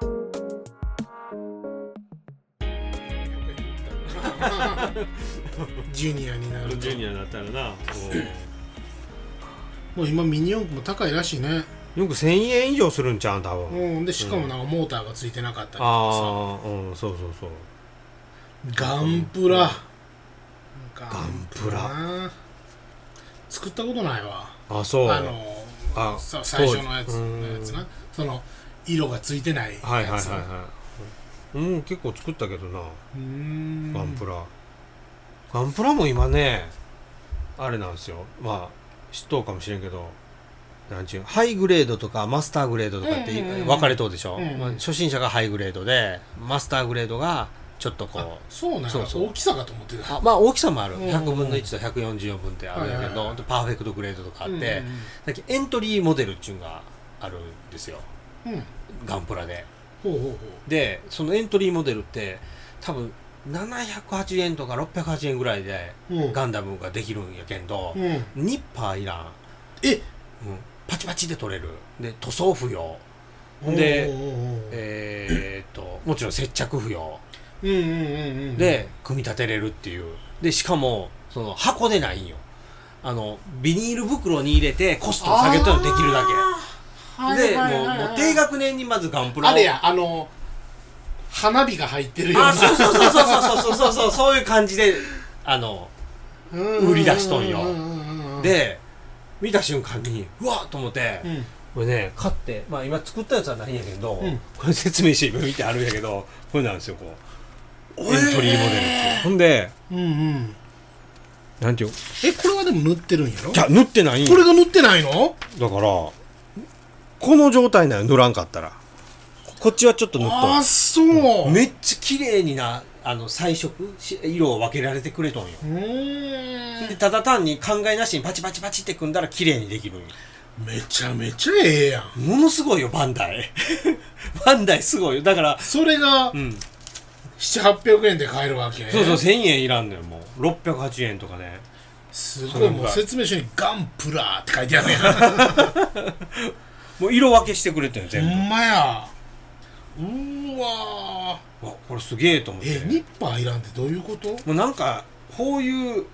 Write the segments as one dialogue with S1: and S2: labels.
S1: ジュニアになる
S2: ジ
S1: と
S2: ュニアだったらなも
S1: もう今ミニ四駆も高いらしいね
S2: うよく1000円以上するんちゃうん多分
S1: うんでしかもなんかモーターがついてなかったりとか
S2: ああうんそうそうそう
S1: さガンプラガ
S2: ンプラ
S1: な作ったことないわ
S2: あそう
S1: あの
S2: あ
S1: さ最初のやつ
S2: 当時うん
S1: のやつなその色がついてないやつ
S2: はいはいはいはいうん結構作ったけどな
S1: うーん
S2: ガンプラガンプラも今ねあれなんですよまあ知っとうかもしれんけどなんちゅうハイグレードとかマスターグレードとかって
S1: うんうんうん
S2: 分かれとうでしょ、
S1: うんうん
S2: まあ初心者がハイグレードでマスターグレードがちょっとこう
S1: そうなんや
S2: そうそう
S1: 大きさかと思ってた
S2: あまあ大きさもある
S1: うんうん
S2: 100分の1と144分ってあるんやけ
S1: はい
S2: ど、
S1: はいはい
S2: パーフェクトグレードとかあって、
S1: う
S2: さっきエントリーモデルっていうのがあるんですよ
S1: んうんうん
S2: ガンプラで
S1: ほうほうほう
S2: でそのエントリーモデルって多分708円とか608円ぐらいで
S1: うん
S2: ガンダムができるんやけんど、
S1: うん
S2: ニッパーいらん、うん、
S1: え
S2: パチパチで取れるで塗装不要
S1: お
S2: で
S1: うおうおう
S2: えーっともちろん接着不要
S1: うんうんうんうん
S2: で組み立てれるっていうでしかもその箱でないんよあのビニール袋に入れてコストを下げたらできるだけ
S1: あー
S2: で、
S1: はいはいはいはい
S2: もうもう低学年にまずガンプラを
S1: あれやあの花火が入ってるような
S2: あそうそうそうそうそうそうそう そうそういう感じであの売り出しとんよ
S1: ううんうん
S2: で見た瞬間にうわっと思って、
S1: うん
S2: これね買ってまあ今作ったやつはないんやけど、
S1: うん
S2: これ説明して今見てあるんやけどこれなんですよこうエン
S1: えー
S2: トリーモデルっていうほんで
S1: うんうん
S2: なんていう
S1: えこれはでも塗ってるんやろ
S2: じゃあ塗ってないんよ
S1: これが塗ってないの
S2: だからこの状態なんよ塗らんかったらここっちはちょっと塗っ
S1: ああ
S2: と
S1: そう
S2: うめっちゃ綺麗になあの彩色し色を分けられてくれとんよ
S1: うーん
S2: でただ単に考えなしにパチパチパチって組んだら綺麗にできるんよ
S1: めちゃめちゃええやん
S2: ものすごいよバンダイ バンダイすごいよだから
S1: それが
S2: うん
S1: 700800円で買えるわけ
S2: そうそう1000円いらんのよもう608円とかね
S1: すごいもう説明書に「ガンプラ」って書いてあるやん
S2: もう色分けしてくれてんよ 全
S1: ほ
S2: 部、
S1: んまやうーわ
S2: わこれすげえと思って
S1: ーえニッパーいらんってどういうこと
S2: もうなんかこういう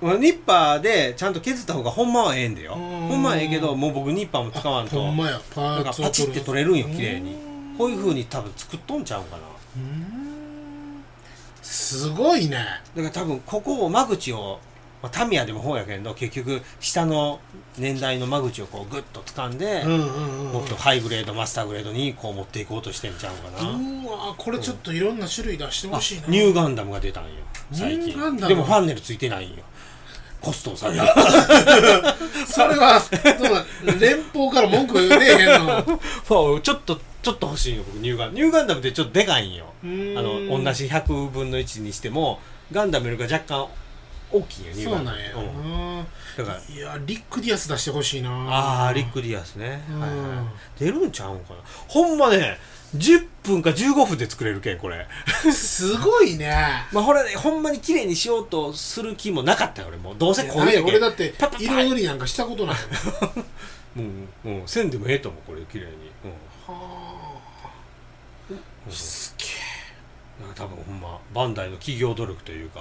S2: まあニッパーでちゃんと削った方がほんまはええんだよ
S1: うん
S2: ほんまはええけどもう僕ニッパーも使わんと
S1: ほんまやパ
S2: なん
S1: ー
S2: か
S1: ツ
S2: パ
S1: を
S2: チって取れるんよ綺麗にこういう風に多分作っとんちゃうんかな
S1: うーんすごいね
S2: だから多分ここを間口を、まあ、タミヤでもほうやけど結局下の年代の間口をこうグッと掴んで、
S1: うんうんうん
S2: もっとハイグレードマスターグレードにこう持っていこうとしてんちゃうか
S1: う
S2: な、
S1: んうわーこれちょっといろんな種類出して
S2: あ
S1: ほしいな
S2: ニューガンダムが出たんよ最
S1: ニューガンダム
S2: 近でもファンネルついてないんよコストを下げる
S1: それはその連邦から文句言うねえへん の
S2: そうちょっとちょっと欲しいよ僕ニューガンニューガンダムってちょっとでかいんよ
S1: あ
S2: あの同じ100分の1にしてもガンダムよりが若干大きいよニュー
S1: そ
S2: ガ
S1: う
S2: ンダ
S1: な
S2: ム
S1: んや、
S2: うん
S1: な
S2: だから
S1: いやリック・ディアス出してほしいな
S2: ああリック・ディアスね、
S1: うん
S2: はいはい、出るんちゃうんかなほんまね10分か15分で作れるけんこれ
S1: すごいね
S2: まあほらねほんまに綺麗にしようとする気もなかったよ俺もうどうせこう
S1: ないいう俺だって色塗りなんかしたことないもん
S2: もうもう線でもええと思うこれ綺麗に、う
S1: はあ
S2: ん、
S1: すっ
S2: なんか多分ほんまバンダイの企業努力というか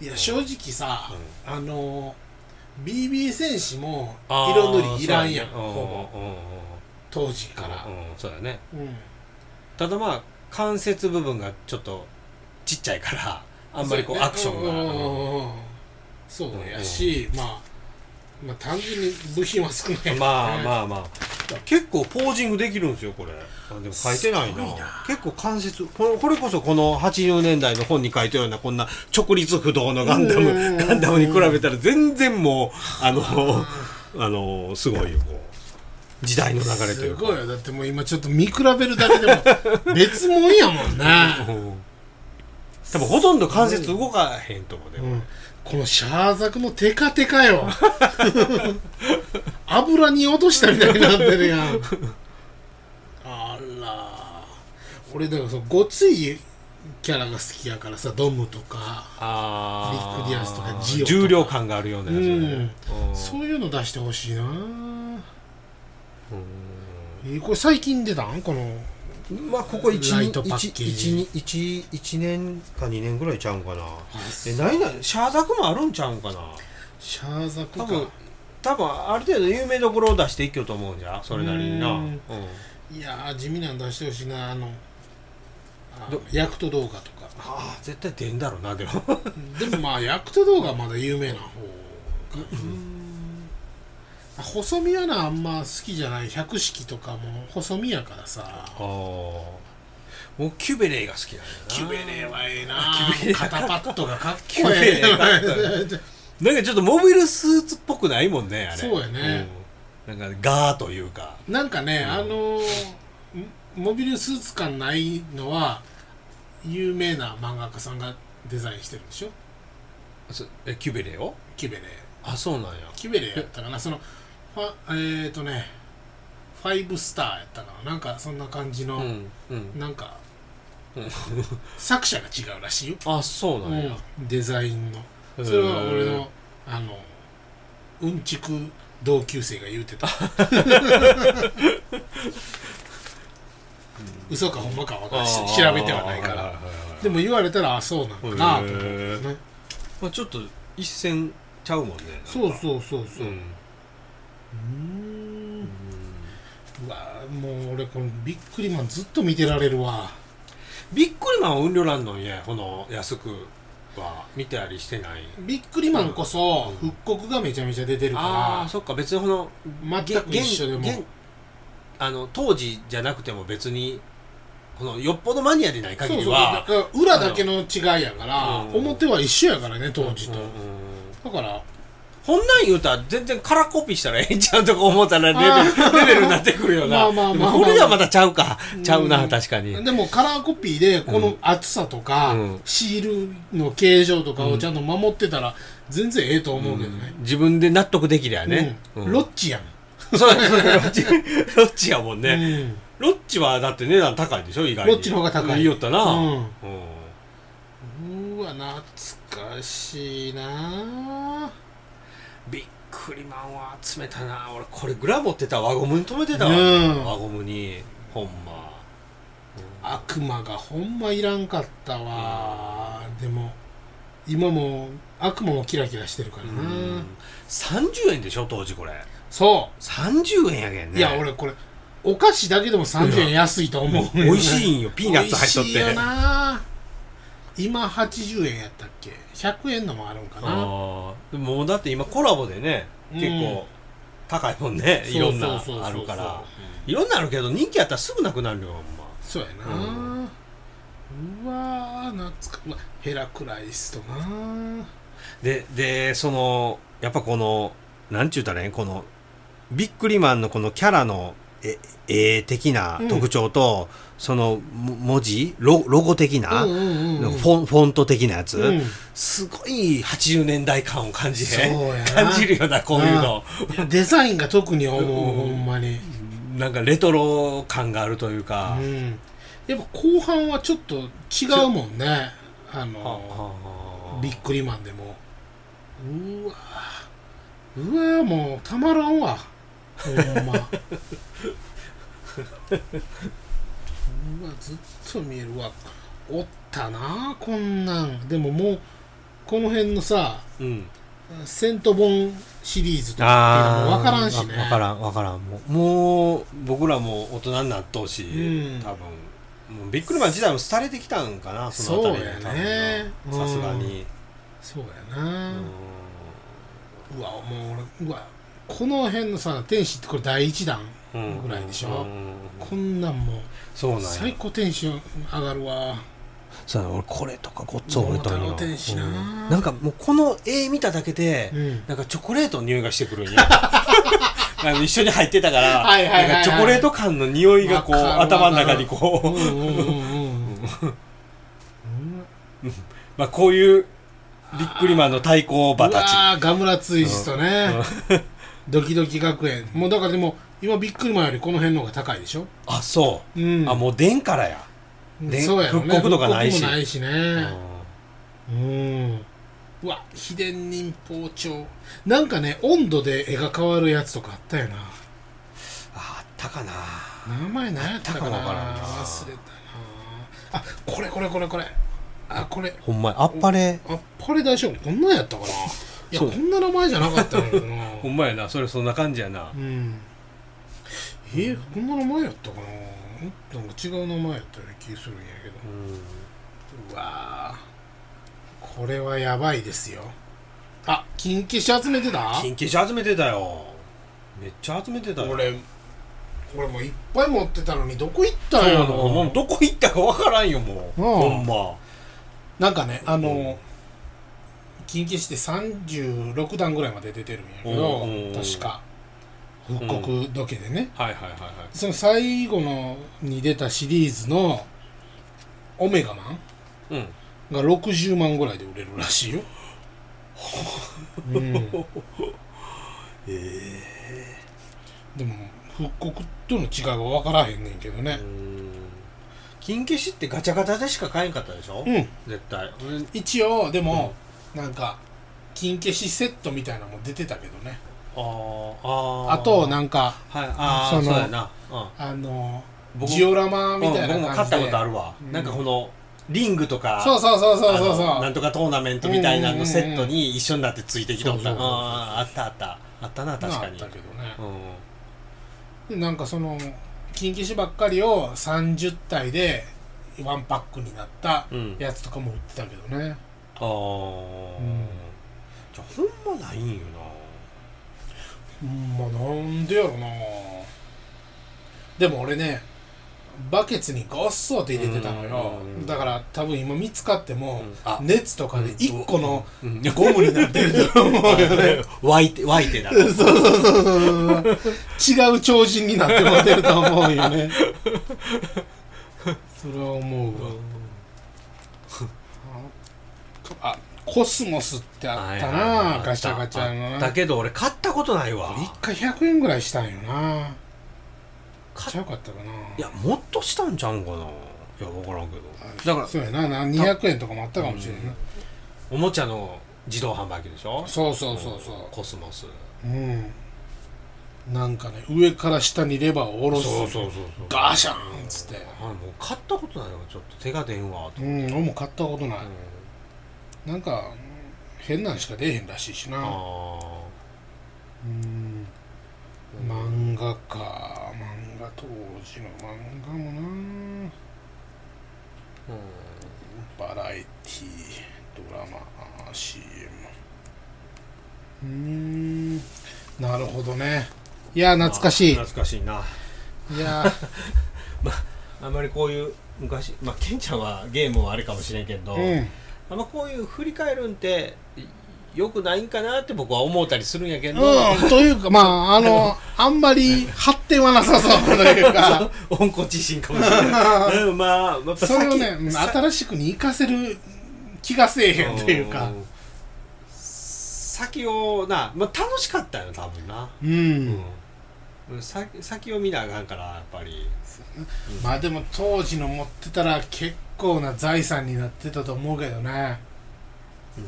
S1: げえいや正直さ、あの BB 戦士も色塗りいらんやん
S2: そうね
S1: ほぼ
S2: うんうんうんうん
S1: 当時から
S2: うんそうだね
S1: うん
S2: ただまあ関節部分がちょっとちっちゃ いからあんまりこうアクションが、うん
S1: がそうやしまあまあ単純に部品は少ない
S2: まあ まあまあ結構ポージングできるんですよこれあでも書いてないな
S1: すごいな
S2: 結構関節このこれこそこの80年代の本に書いてるようなこんな直立不動のガンダ
S1: うんうんうん
S2: ムガンダムに比べたら全然もうあの あのすごいよこう時代の流れとい
S1: す
S2: うか
S1: ごいよだってもう今ちょっと見比べるだけでも別物やもんな
S2: うん多分ほとんど関節動かへんと思うね、
S1: うんこのシャーザクもテカテカよ 油に落としたみたいになってるやんあら俺だからそのごついキャラが好きやからさドムとか
S2: あ
S1: ビッ
S2: ー
S1: グディアスとかジオとか
S2: 重量感があるようなやつよね、うん
S1: そういうの出してほしいな
S2: うん
S1: えーこれ最近出たんこの
S2: まあここ
S1: ライトパッケージ
S2: 1, 1, 年か2年ぐらいちゃうんかなえ
S1: あ
S2: ないなシャーザクもあるんちゃうんかな
S1: シャーザク
S2: 多
S1: か
S2: 分多分ある程度有名どころを出していきようと思うんじゃそれなりにな
S1: う
S2: うんん
S1: いやー地味なん出してほしいなあのあ
S2: ど
S1: ヤクト動画とか
S2: ああ絶対出んだろうなでも
S1: でもまあヤクト動画はまだ有名な方かな細身はなあんま好きじゃない百式とかも細身やからさ
S2: ああもうキュベレイが好きなんだな
S1: キュベレーはええな
S2: あキュベレー
S1: 肩パッドがかっ
S2: キュ
S1: こ
S2: ベ
S1: え
S2: レ
S1: え
S2: イがかっこなんかちょっとモビルスーツっぽくないもんねあれ
S1: そうやね、
S2: うんなんかガーというか
S1: なんかね、
S2: うん
S1: あのーモビルスーツ感ないのは有名な漫画家さんがデザインしてるんでしょ
S2: そえキュベレイを
S1: キュベレー
S2: あそうなんや
S1: キュベレーやったかなそのファえっ、ー、とねファイブスターやったかななんかそんな感じの、
S2: うんうん
S1: なんか
S2: うん
S1: 作者が違うらしいよ、
S2: あ そうなんや、
S1: デザインのそれは俺
S2: へ
S1: のあのうんちく同級生が言う てた 嘘かほんまか分からんし
S2: ー
S1: 調べてはないから
S2: は
S1: でも言われたらあそうなんか
S2: いはい
S1: なと
S2: はい
S1: 思う
S2: へー
S1: ね
S2: まあ、ちょっと一線ちゃうもんね
S1: そうそうそうそうう
S2: うん
S1: うんうわもう俺このビックリマンずっと見てられるわ
S2: ビックリマンは運量なんのんやこの安くは見たりしてない
S1: ビックリマンこそ
S2: うん
S1: 復刻がめちゃめちゃ出てる
S2: ああ
S1: か
S2: そっか別にこの
S1: ら全く一緒でも
S2: 現現あの当時じゃなくても別にこのよっぽどマニアでない限りは
S1: そうそうだから裏だけの違いやから、
S2: うん
S1: 表は一緒やからね当時と、
S2: うんうん
S1: だから
S2: こんなん言うたら全然カラーコピーしたらええんちゃうとか思ったらレベルレベルになってくるよ
S1: ま
S2: な
S1: あまあまあまあ
S2: でもこれではまたちゃうか
S1: うん
S2: ちゃうな確かに
S1: でもカラーコピーでこの厚さとか、
S2: うん
S1: シールの形状とかをちゃんと守ってたら全然ええと思うけどね、
S2: 自分で納得できりゃね
S1: うん
S2: うん
S1: ロッチやん、
S2: そうですね、ロッチ、ロッチやもんね。
S1: うん
S2: ロッチはだって値段高いでしょ、意外に。
S1: ロッチの方が高い
S2: 言いよったな。
S1: うん
S2: うん
S1: うわ懐かしいな
S2: びっくりマンは集めたな。俺、これグラ持ってたわ輪ゴムに止めてたわ。
S1: うん
S2: 輪ゴムに。ほんま。
S1: 悪魔がほんまいらんかったわ、でも今も悪魔もキラキラしてるからな、
S2: うん30円でしょ、当時これ。
S1: そう
S2: 30円やけんね。
S1: いや、俺これお菓子だけでも30円安いと思う、
S2: 美味し
S1: い
S2: いんよ、ピーナッツ入っとっ
S1: 美味しいよ
S2: て。あ
S1: な今80円やったっけ100円のもあるんかな
S2: あー。もうだって今コラボでね、結
S1: うん
S2: 構高いもんね。いろんな
S1: そうそうそうそう
S2: あるから。
S1: うん
S2: いろんなあるけど、人気やったらすぐなくなるよ、ほんま。
S1: そうやな、うわー懐かうわヘラクライスとな
S2: で、で、その、やっぱこの、なんちゅうたらええんこの、ビックリマンのこのキャラの、え、絵的な特徴と、その、も文字ロ、ロゴ的な、
S1: うんうんうん
S2: フォン、フォント的なやつ、
S1: うん
S2: すごい80年代感を感じ
S1: そう
S2: る。
S1: やな
S2: 感じるよな、こういうの。
S1: いやデザインが特に思う、
S2: うん
S1: ほんまに、
S2: なんかレトロ感があるというか。
S1: うん、やっぱ後半はちょっと違うもんねあの
S2: はあはあ
S1: ビックリマンでもうわうわもうたまらんわほんまうわずっと見えるわおったなこんなんでももうこの辺のさ
S2: うん。
S1: セント本シリーズとかっていう
S2: あ
S1: のも
S2: あ。
S1: 分からんしね
S2: わわからん、わからん。もう、もう僕らも大人になっとうし、
S1: うん
S2: 多分。もうビックリマン自体も廃れてきたんかな、その辺りは
S1: そうやね
S2: 多分な
S1: うん
S2: さすがに。
S1: そうやな、
S2: う
S1: うわもう俺うわこの辺のさ天使ってこれ第1弾
S2: ん
S1: ぐらいでしょ
S2: うん
S1: こんなんもう
S2: そうなんや。
S1: 最高テンション上がるわ
S2: そうやね俺これとかごっつ覚えとん
S1: 桃
S2: よ
S1: 太郎天使な
S2: うんなんかもうこの絵見ただけで、
S1: うん
S2: なんかチョコレートの匂いがしてく るんや。あの一緒に入ってたから、
S1: はいはいはいはい
S2: なんかチョコレート感の匂いがこう、
S1: わかるわかる
S2: 頭の中にこう、
S1: うんうんうんうん
S2: まあこういうビックリマンの対抗馬
S1: う
S2: たち。
S1: わーガムラツイストね、ドキドキ学園もうだからでも今ビックリマンよりこの辺の方が高いでしょ
S2: あ、そうう。
S1: ん
S2: あ、もう出んからや。ね
S1: そうやろね
S2: 復刻とかないし
S1: 復刻もないし
S2: うん
S1: ねうんうわ秘伝忍法帳なんかね温度で絵が変わるやつとかあったよな
S2: あ、あったかな
S1: 名前何やったかな
S2: あったかもわからんな
S1: 忘れたなあこれこれこれこれあこれ
S2: ほんまやあっぱれ
S1: あっぱれ大将こんなんやったかないやこ
S2: そうん
S1: な名前じゃなかったの よな
S2: んまやなそれそんな感じやな
S1: うんえー、こんな名前やったかななんか違う名前やったような気するんやけどうわーこれはやばいですよあ金消し集めてた
S2: 金消し集めてたよめっちゃ集めてたよ
S1: 俺俺もういっぱい持ってたのにどこ行ったん
S2: そう
S1: や
S2: な
S1: ろ
S2: のもうどこ行ったかわからんよもう
S1: うん
S2: ほんま
S1: なんかねあの、
S2: うん
S1: 緊急して36段ぐらいまで出てるんやけど、
S2: うんうん
S1: 確か復刻時計でね、
S2: はいはいはいはい
S1: その最後のに出たシリーズのオメガマン
S2: うん
S1: が60万ぐらいで売れるらしいよ、 うん、でも
S2: え
S1: 復刻との違いは分からへんねんけど
S2: え
S1: ね
S2: 金消しってガチャガチャでしか買えんかったでしょ
S1: うん
S2: 絶対俺
S1: 一応でも、なんか金消しセットみたいなのも出てたけどね
S2: あーあー
S1: あとなんか
S2: はいああ
S1: そ
S2: そ
S1: の
S2: うやなうん
S1: あの
S2: 僕も
S1: ジオラマ
S2: うん
S1: みたい
S2: 僕も
S1: な
S2: 買
S1: 感じで
S2: ったことあるわ
S1: うん
S2: なんかこのリングとか
S1: そうそうそうそうそう
S2: あの
S1: そ
S2: なん
S1: う
S2: とかトーナメントみたいなのセット
S1: うん
S2: に一緒になってついてきとった
S1: そう
S2: うん
S1: そうそうそう
S2: あったあったあったな確
S1: まあ
S2: か
S1: あっ
S2: に
S1: たけどね
S2: うん
S1: でなんかその金消しばっかりを30体でワンパックになった
S2: うん
S1: やつとかも売ってたけどね
S2: ああ、
S1: うん
S2: じゃあほんまないんよな
S1: うんまあなんでやろなでも俺ねバケツにごっそって入れてたのよ
S2: うん
S1: だから多分今見つかっても
S2: うんあ
S1: 熱とかで1個の
S2: うん
S1: ゴムになってると思 うよね
S2: 湧いて湧いてな
S1: そうそうそうそうそう違う超人になってもらってると思うよ ねそれは思うわあコスモスってあった
S2: はいはい
S1: な
S2: はい
S1: ガチャガチャ
S2: あ
S1: の
S2: っ
S1: な
S2: たけど俺買ったことないわ
S1: 一回100円ぐらいしたんよな買っ
S2: 買
S1: ちゃよかったかないい
S2: やもっとしたんちゃうんかないや分からんけどだから
S1: そうやなな200円とかもあったかもしれんな
S2: おもちゃの自動販売機でしょ
S1: そうそうそうそ
S2: コスモス
S1: ううんなんかね上から下にレバーを下ろす
S2: うそう
S1: ガシャンっつって
S2: あもう買ったことないわちょっと手が出んわと、
S1: う
S2: うん
S1: 俺も買ったことない
S2: ん、
S1: なんかうん変なんしか出えへんらしいしな
S2: あ
S1: うん漫画か漫画当時の漫画もな
S2: ー、
S1: バラエティドラマ CM うーんなるほどねいや懐かしい
S2: 懐かしいない
S1: や
S2: あんまりこういう昔まあケンちゃんはゲームはあれかもしれんけど、
S1: うん
S2: あんまこういう振り返るんってよくないんかなって僕は思ったりするんやけど、
S1: うん、というかまああのあんまり発展はなさそうというか
S2: 温故知新かもし れない、うん、まあやっぱ
S1: それをねうん
S2: さ
S1: 新しくに生かせる気がせえへんというか
S2: ん先をな、まあ、楽しかったよ多分な、
S1: うん、
S2: うん、さ先を見なあかんからやっぱり
S1: まあでも当時の持ってたら結構な財産になってたと思うけどね
S2: うん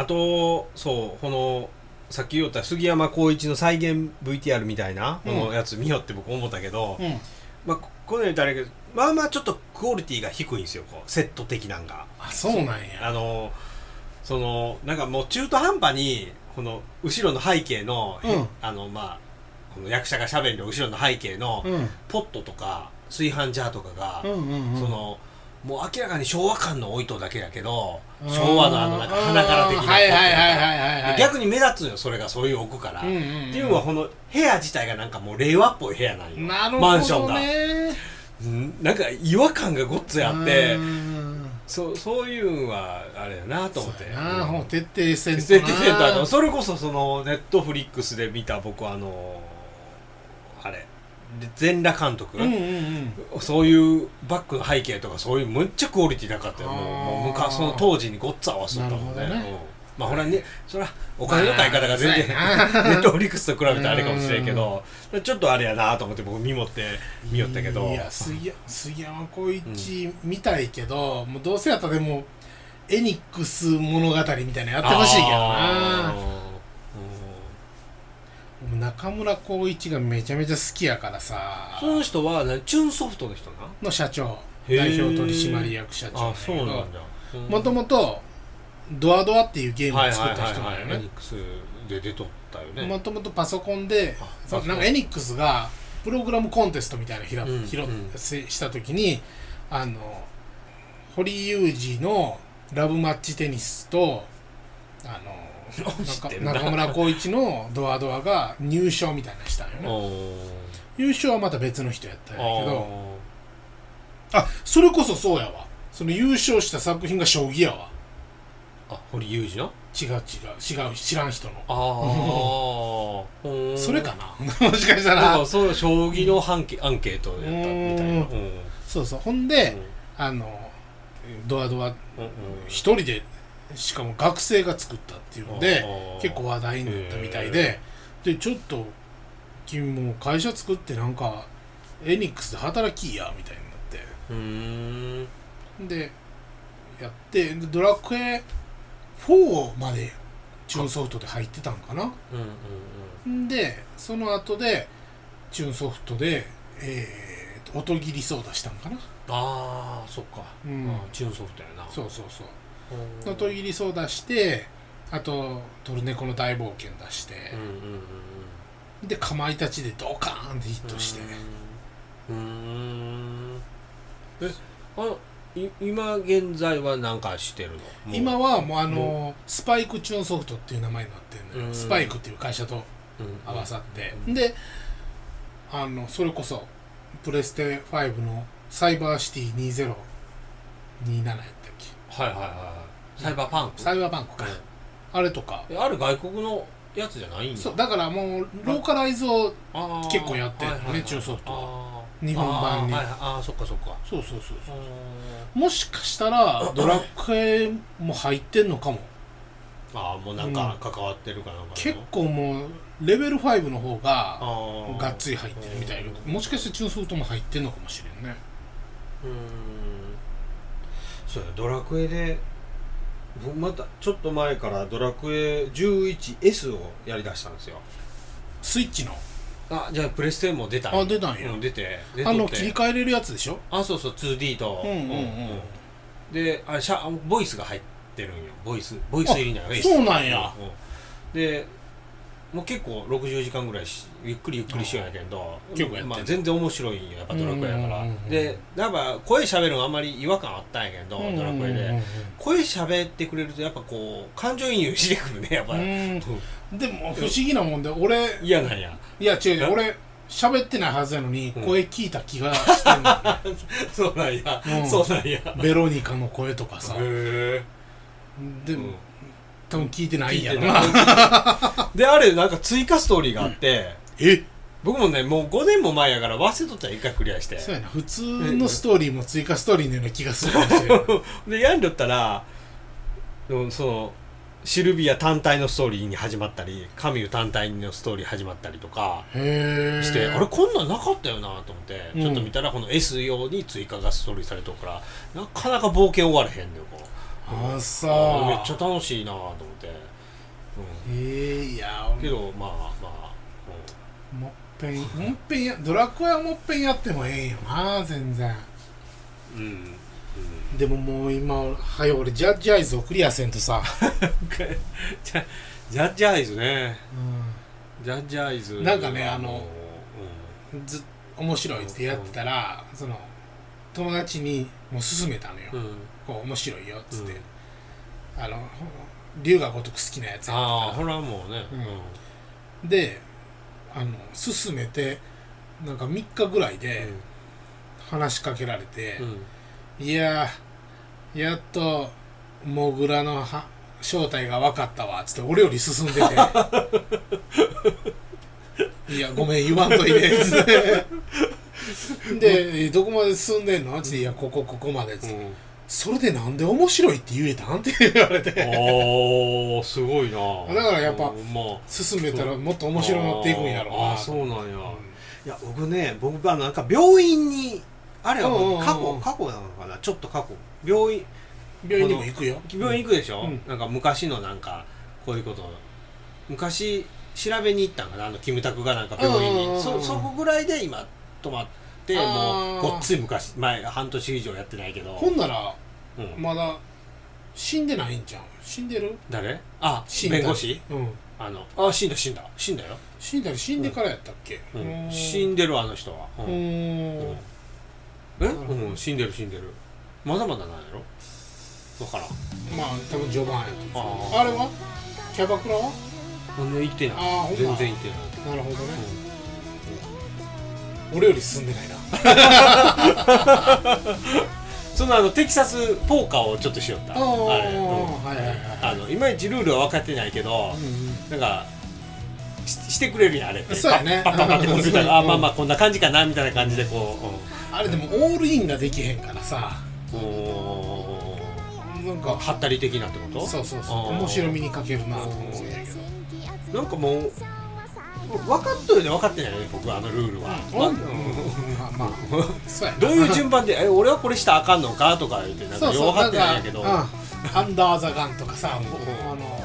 S2: あとそうこのさっき言った杉山浩一の再現 VTR みたいなこのやつ見よって僕思ったけど、
S1: うん
S2: まあここのように言ったらあれやけどまあまあちょっとクオリティが低いんですよこうセット的なんが
S1: あそうなんや
S2: あのそのなんかもう中途半端にこの後ろの背景の、へ
S1: うん
S2: あのまあこの役者がしゃべる後ろの背景の
S1: うんうん
S2: ポットとか炊飯ジャーとかが、
S1: うんうん
S2: そのもう明らかに昭和感のおいとだけだけど
S1: うん
S2: 昭和のあのなんか花柄的な
S1: はいはいはいはいはいはい
S2: 逆に目立つのよそれがそういう奥から、
S1: うん
S2: っ
S1: うんうん
S2: ていうのはこの部屋自体がなんかもう令和っぽい部屋なんよ
S1: なるほどね
S2: マンションがうんなんか違和感がごっついあって
S1: うん
S2: そうそういうのはあれやなと思って
S1: そうやな
S2: うん
S1: ほう徹底せんとな
S2: 徹底してたのそれこそそのネットフリックスで見た僕はあのあれで全裸監督、
S1: うんうんうん
S2: そういうバックの背景とかそういうむっちゃクオリティなかったよもう
S1: あー
S2: もう昔その当時にごっつ合わせたもんね
S1: なるほどね
S2: うんまあほらねそらお金の買い方が全然、
S1: まあそうやな
S2: ネットフリックスと比べたらあれかもしれんけどちょっとあれやなと思って僕見もって見よったけど
S1: いや杉山杉山浩一見たいけど、もうどうせやったらでもエニックス物語みたいなのやってほしいけど
S2: あ
S1: な
S2: ーうん
S1: 僕中村浩一がめちゃめちゃ好きやからさ
S2: その人はなチュンソフトの人な
S1: の社長
S2: へー
S1: 代表取締役社長
S2: あそうなんだ
S1: もともと「ドアドア」っていうゲーム
S2: は
S1: を
S2: い
S1: 作
S2: は
S1: っ
S2: い
S1: た人な
S2: は
S1: ん
S2: い
S1: よ
S2: はいエニ
S1: ね
S2: ックスで出とったよね
S1: もともとパソコンで
S2: あ
S1: そう
S2: パソコン
S1: なんかエニックスがプログラムコンテストみたいなのひら、
S2: うん
S1: ひろ
S2: うん
S1: せした時にあの堀裕二のラブマッチテニスとあの
S2: 知
S1: 中
S2: ってんな
S1: 中村浩一のドアドアが入賞みたいなのしたんよね
S2: お
S1: 優勝はまた別の人やったん
S2: ー
S1: やけど
S2: あ
S1: あそれこそそうやわその優勝した作品が将棋やわ
S2: ーあ堀裕二の
S1: 違う違う違う知らん人の
S2: あ あうん
S1: それかなもしかした
S2: なんからそう将棋のアンケアンケートやったみたいな
S1: うんそうそうほんで、あのドアドア
S2: うんうん
S1: 一人でしかも学生が作ったっていうので
S2: あー
S1: 結構話題になったみたいででちょっと君も会社作ってなんかエニックスで働きやみたいになって
S2: うーん
S1: でやってでドラクエ4までチューンソフトで入ってたんかな
S2: うんうんうん
S1: んでその後でチューンソフトでえーと音切りソーダしたんかな
S2: ああそっか
S1: うん
S2: あーチューンソフトやな
S1: そうそうそう
S2: うん
S1: 音切りソーダしてあと「トルネコの大冒険」出して、
S2: うんうんうんうん
S1: でかまいたちでドカーンってヒットして
S2: うーんえあい今現在は何かしてるの
S1: 今
S2: は、
S1: はもうあのースパイクチューンソフトっていう名前になってるの
S2: う
S1: よ
S2: ん
S1: スパイクっていう会社と
S2: うん
S1: 合わさって、
S2: うん
S1: であのそれこそプレステ5のサイバーシティ2027やったっけ
S2: はいはいはいサイバーパンク
S1: サイバーバンクか、あれとか
S2: うんえある外国のやつじゃないんだ
S1: そうだからもうローカライズを
S2: あー
S1: 結構やってんのね
S2: はいはいはい
S1: 中ソフトは
S2: あー
S1: 日本版に
S2: あー,、はいはい、あーそっかそっか
S1: そうそうそうそうう
S2: ーん
S1: もしかしたらドラクエも入ってんのかも
S2: ああもうなんか関わってるかなんかな
S1: 結構もうレベル5の方が
S2: あー
S1: がっつり入ってるみたいなもしかしてチューンソフトも入ってんのかもしれんね
S2: うーんそうやドラクエで僕またちょっと前からドラクエ 11S をやりだしたんですよ
S1: スイッチの
S2: あじゃあプレステも出た
S1: あ出たんや
S2: うん、出て出と
S1: あ
S2: って
S1: の切り替えれるやつでしょ
S2: あそうそう 2D と
S1: うんうんうん
S2: であシャボイスが入ってるんよボイスボイス入りなの
S1: あそうなんや
S2: ううでもう結構60時間ぐらいしゆっくりゆっくりしようやけど
S1: あ結構やってんの
S2: まあ、全然面白いんよやっぱドラクエやから、
S1: うんうんうんうん
S2: でやっぱ声喋るのあんまり違和感あったんやけど、ドラクエで、声喋ってくれるとやっぱこう感情移入してくるねやっぱ、うん
S1: うんでも不思議なもんで俺
S2: 嫌なんや
S1: いや違う
S2: え
S1: よ俺喋ってないはずなのに
S2: うん
S1: 声聞いた気がしてんの よね
S2: そうなんや、
S1: うん
S2: そうなんや
S1: ベロニカの声とかさ
S2: へ
S1: で
S2: う
S1: も
S2: ん
S1: 多分聞いてないんやろ
S2: 聞い
S1: な
S2: てない であれなんか追加ストーリーがあって、
S1: え
S2: 僕もねもう5年も前やから忘れとったら一回クリアして
S1: そうやな普通のストーリーも追加ストーリーのような気がするかもしれ ない
S2: でやんどったらうんそのシルビア単体のストーリーに始まったりカミュ単体のストーリー始まったりとか
S1: へえ
S2: して、あれこんなんなかったよなと思って、
S1: うん
S2: ちょっと見たらこの S 用に追加がストーリーされとるからなかなか冒険終われへんのよこ
S1: あ
S2: う
S1: そう
S2: めっちゃ楽しいなと思って、う
S1: えー、いや
S2: ん、けどまあまあ、う
S1: もっぺんもっぺんやドラクエはもっぺんやってもええんよな全然
S2: んうん うん
S1: でももう今はい俺ジャッジアイズをクリアせんとさ、
S2: ジャジャッジアイズね
S1: う
S2: ジャッジアイズ
S1: なんかねあの、
S2: うん
S1: ず面白いってやってたらその友達にもう勧めたのよ、
S2: ん、うん、
S1: こう面白いよっつって、
S2: うん
S1: あの龍が如く好きなやつやったから
S2: ああほらもうね、
S1: うんであの勧めてなんか3日ぐらいで話しかけられて、
S2: うん
S1: いやーやっとモグラのは正体が分かったわっつって俺より進んでて いやごめん言わんといてっつってでどこまで進んでんのっつって「いやここここまで」っつって、
S2: うん
S1: それでなんで面白いって言えたん?」って言われて
S2: おーすごいな
S1: だからやっぱ
S2: うんまあ
S1: 進めたらもっと面白くなっていくんやろ
S2: あ
S1: な
S2: あそうなんや、
S1: う
S2: いや僕ね僕はなんか病院にあれは
S1: うんうん
S2: も
S1: う
S2: うん過去過去なのかなちょっと過去病院
S1: ん病院にも行くよ
S2: 病院行くでしょ、
S1: うん
S2: なんか昔のなんかこういうこと昔調べに行ったんかなあのキムタクがなんか病
S1: うんうんう
S2: 院
S1: んう
S2: に
S1: ん
S2: そそこぐらいで今泊まって
S1: あ
S2: も
S1: ー
S2: うごっつい昔前半年以上やってないけど、
S1: ほんなら
S2: うん、
S1: まだ死んでないんじゃん死んでる
S2: 誰あ
S1: 死んだり
S2: 弁護士
S1: うん
S2: あのあ死んだ死んだ死んだよ、
S1: 死んだり死んでからやったっけ、う
S2: う
S1: ー
S2: ん、
S1: ん
S2: 死んでるあの人は、う
S1: うんーん
S2: うんえ、
S1: なるほど
S2: うん、死んでる死んでるまだまだなんやろわからん
S1: まあ多分序盤やと思う
S2: あー
S1: あれはキャバクラは
S2: ほんで行ってない
S1: あーほんま
S2: 全然行ってな
S1: な
S2: い
S1: るほどね、俺より進んでないな
S2: そのあのテキサスポーカーをちょっとしよった
S1: ー
S2: あれ、うん
S1: はいはいは
S2: あのいまいちルールは分かってないけど
S1: い、、うん
S2: なんかししてくれるやんあれって
S1: そうやね
S2: パッパッパッパッってコンピューターが、
S1: うん
S2: あまあまあこんな感じかなみたいな感じでこ
S1: あれでもオールインができへんからさ
S2: う、うん、お
S1: なん
S2: ー
S1: か
S2: はったり的なってこと
S1: そうそうそう
S2: あー
S1: 面白みに欠けるなと思うんやけど
S2: なんかもう分かっとるね分かってないよね僕はあのルールは、
S1: うん
S2: まあ
S1: まあまあそうやな
S2: どういう順番で「え俺はこれしたらあかんのか?」とか言ってなん
S1: そ
S2: か
S1: う
S2: よ
S1: そううだ
S2: 分か
S1: か
S2: って
S1: ら
S2: ないけど
S1: うんアンダー・ザ・ガンとかさもうあの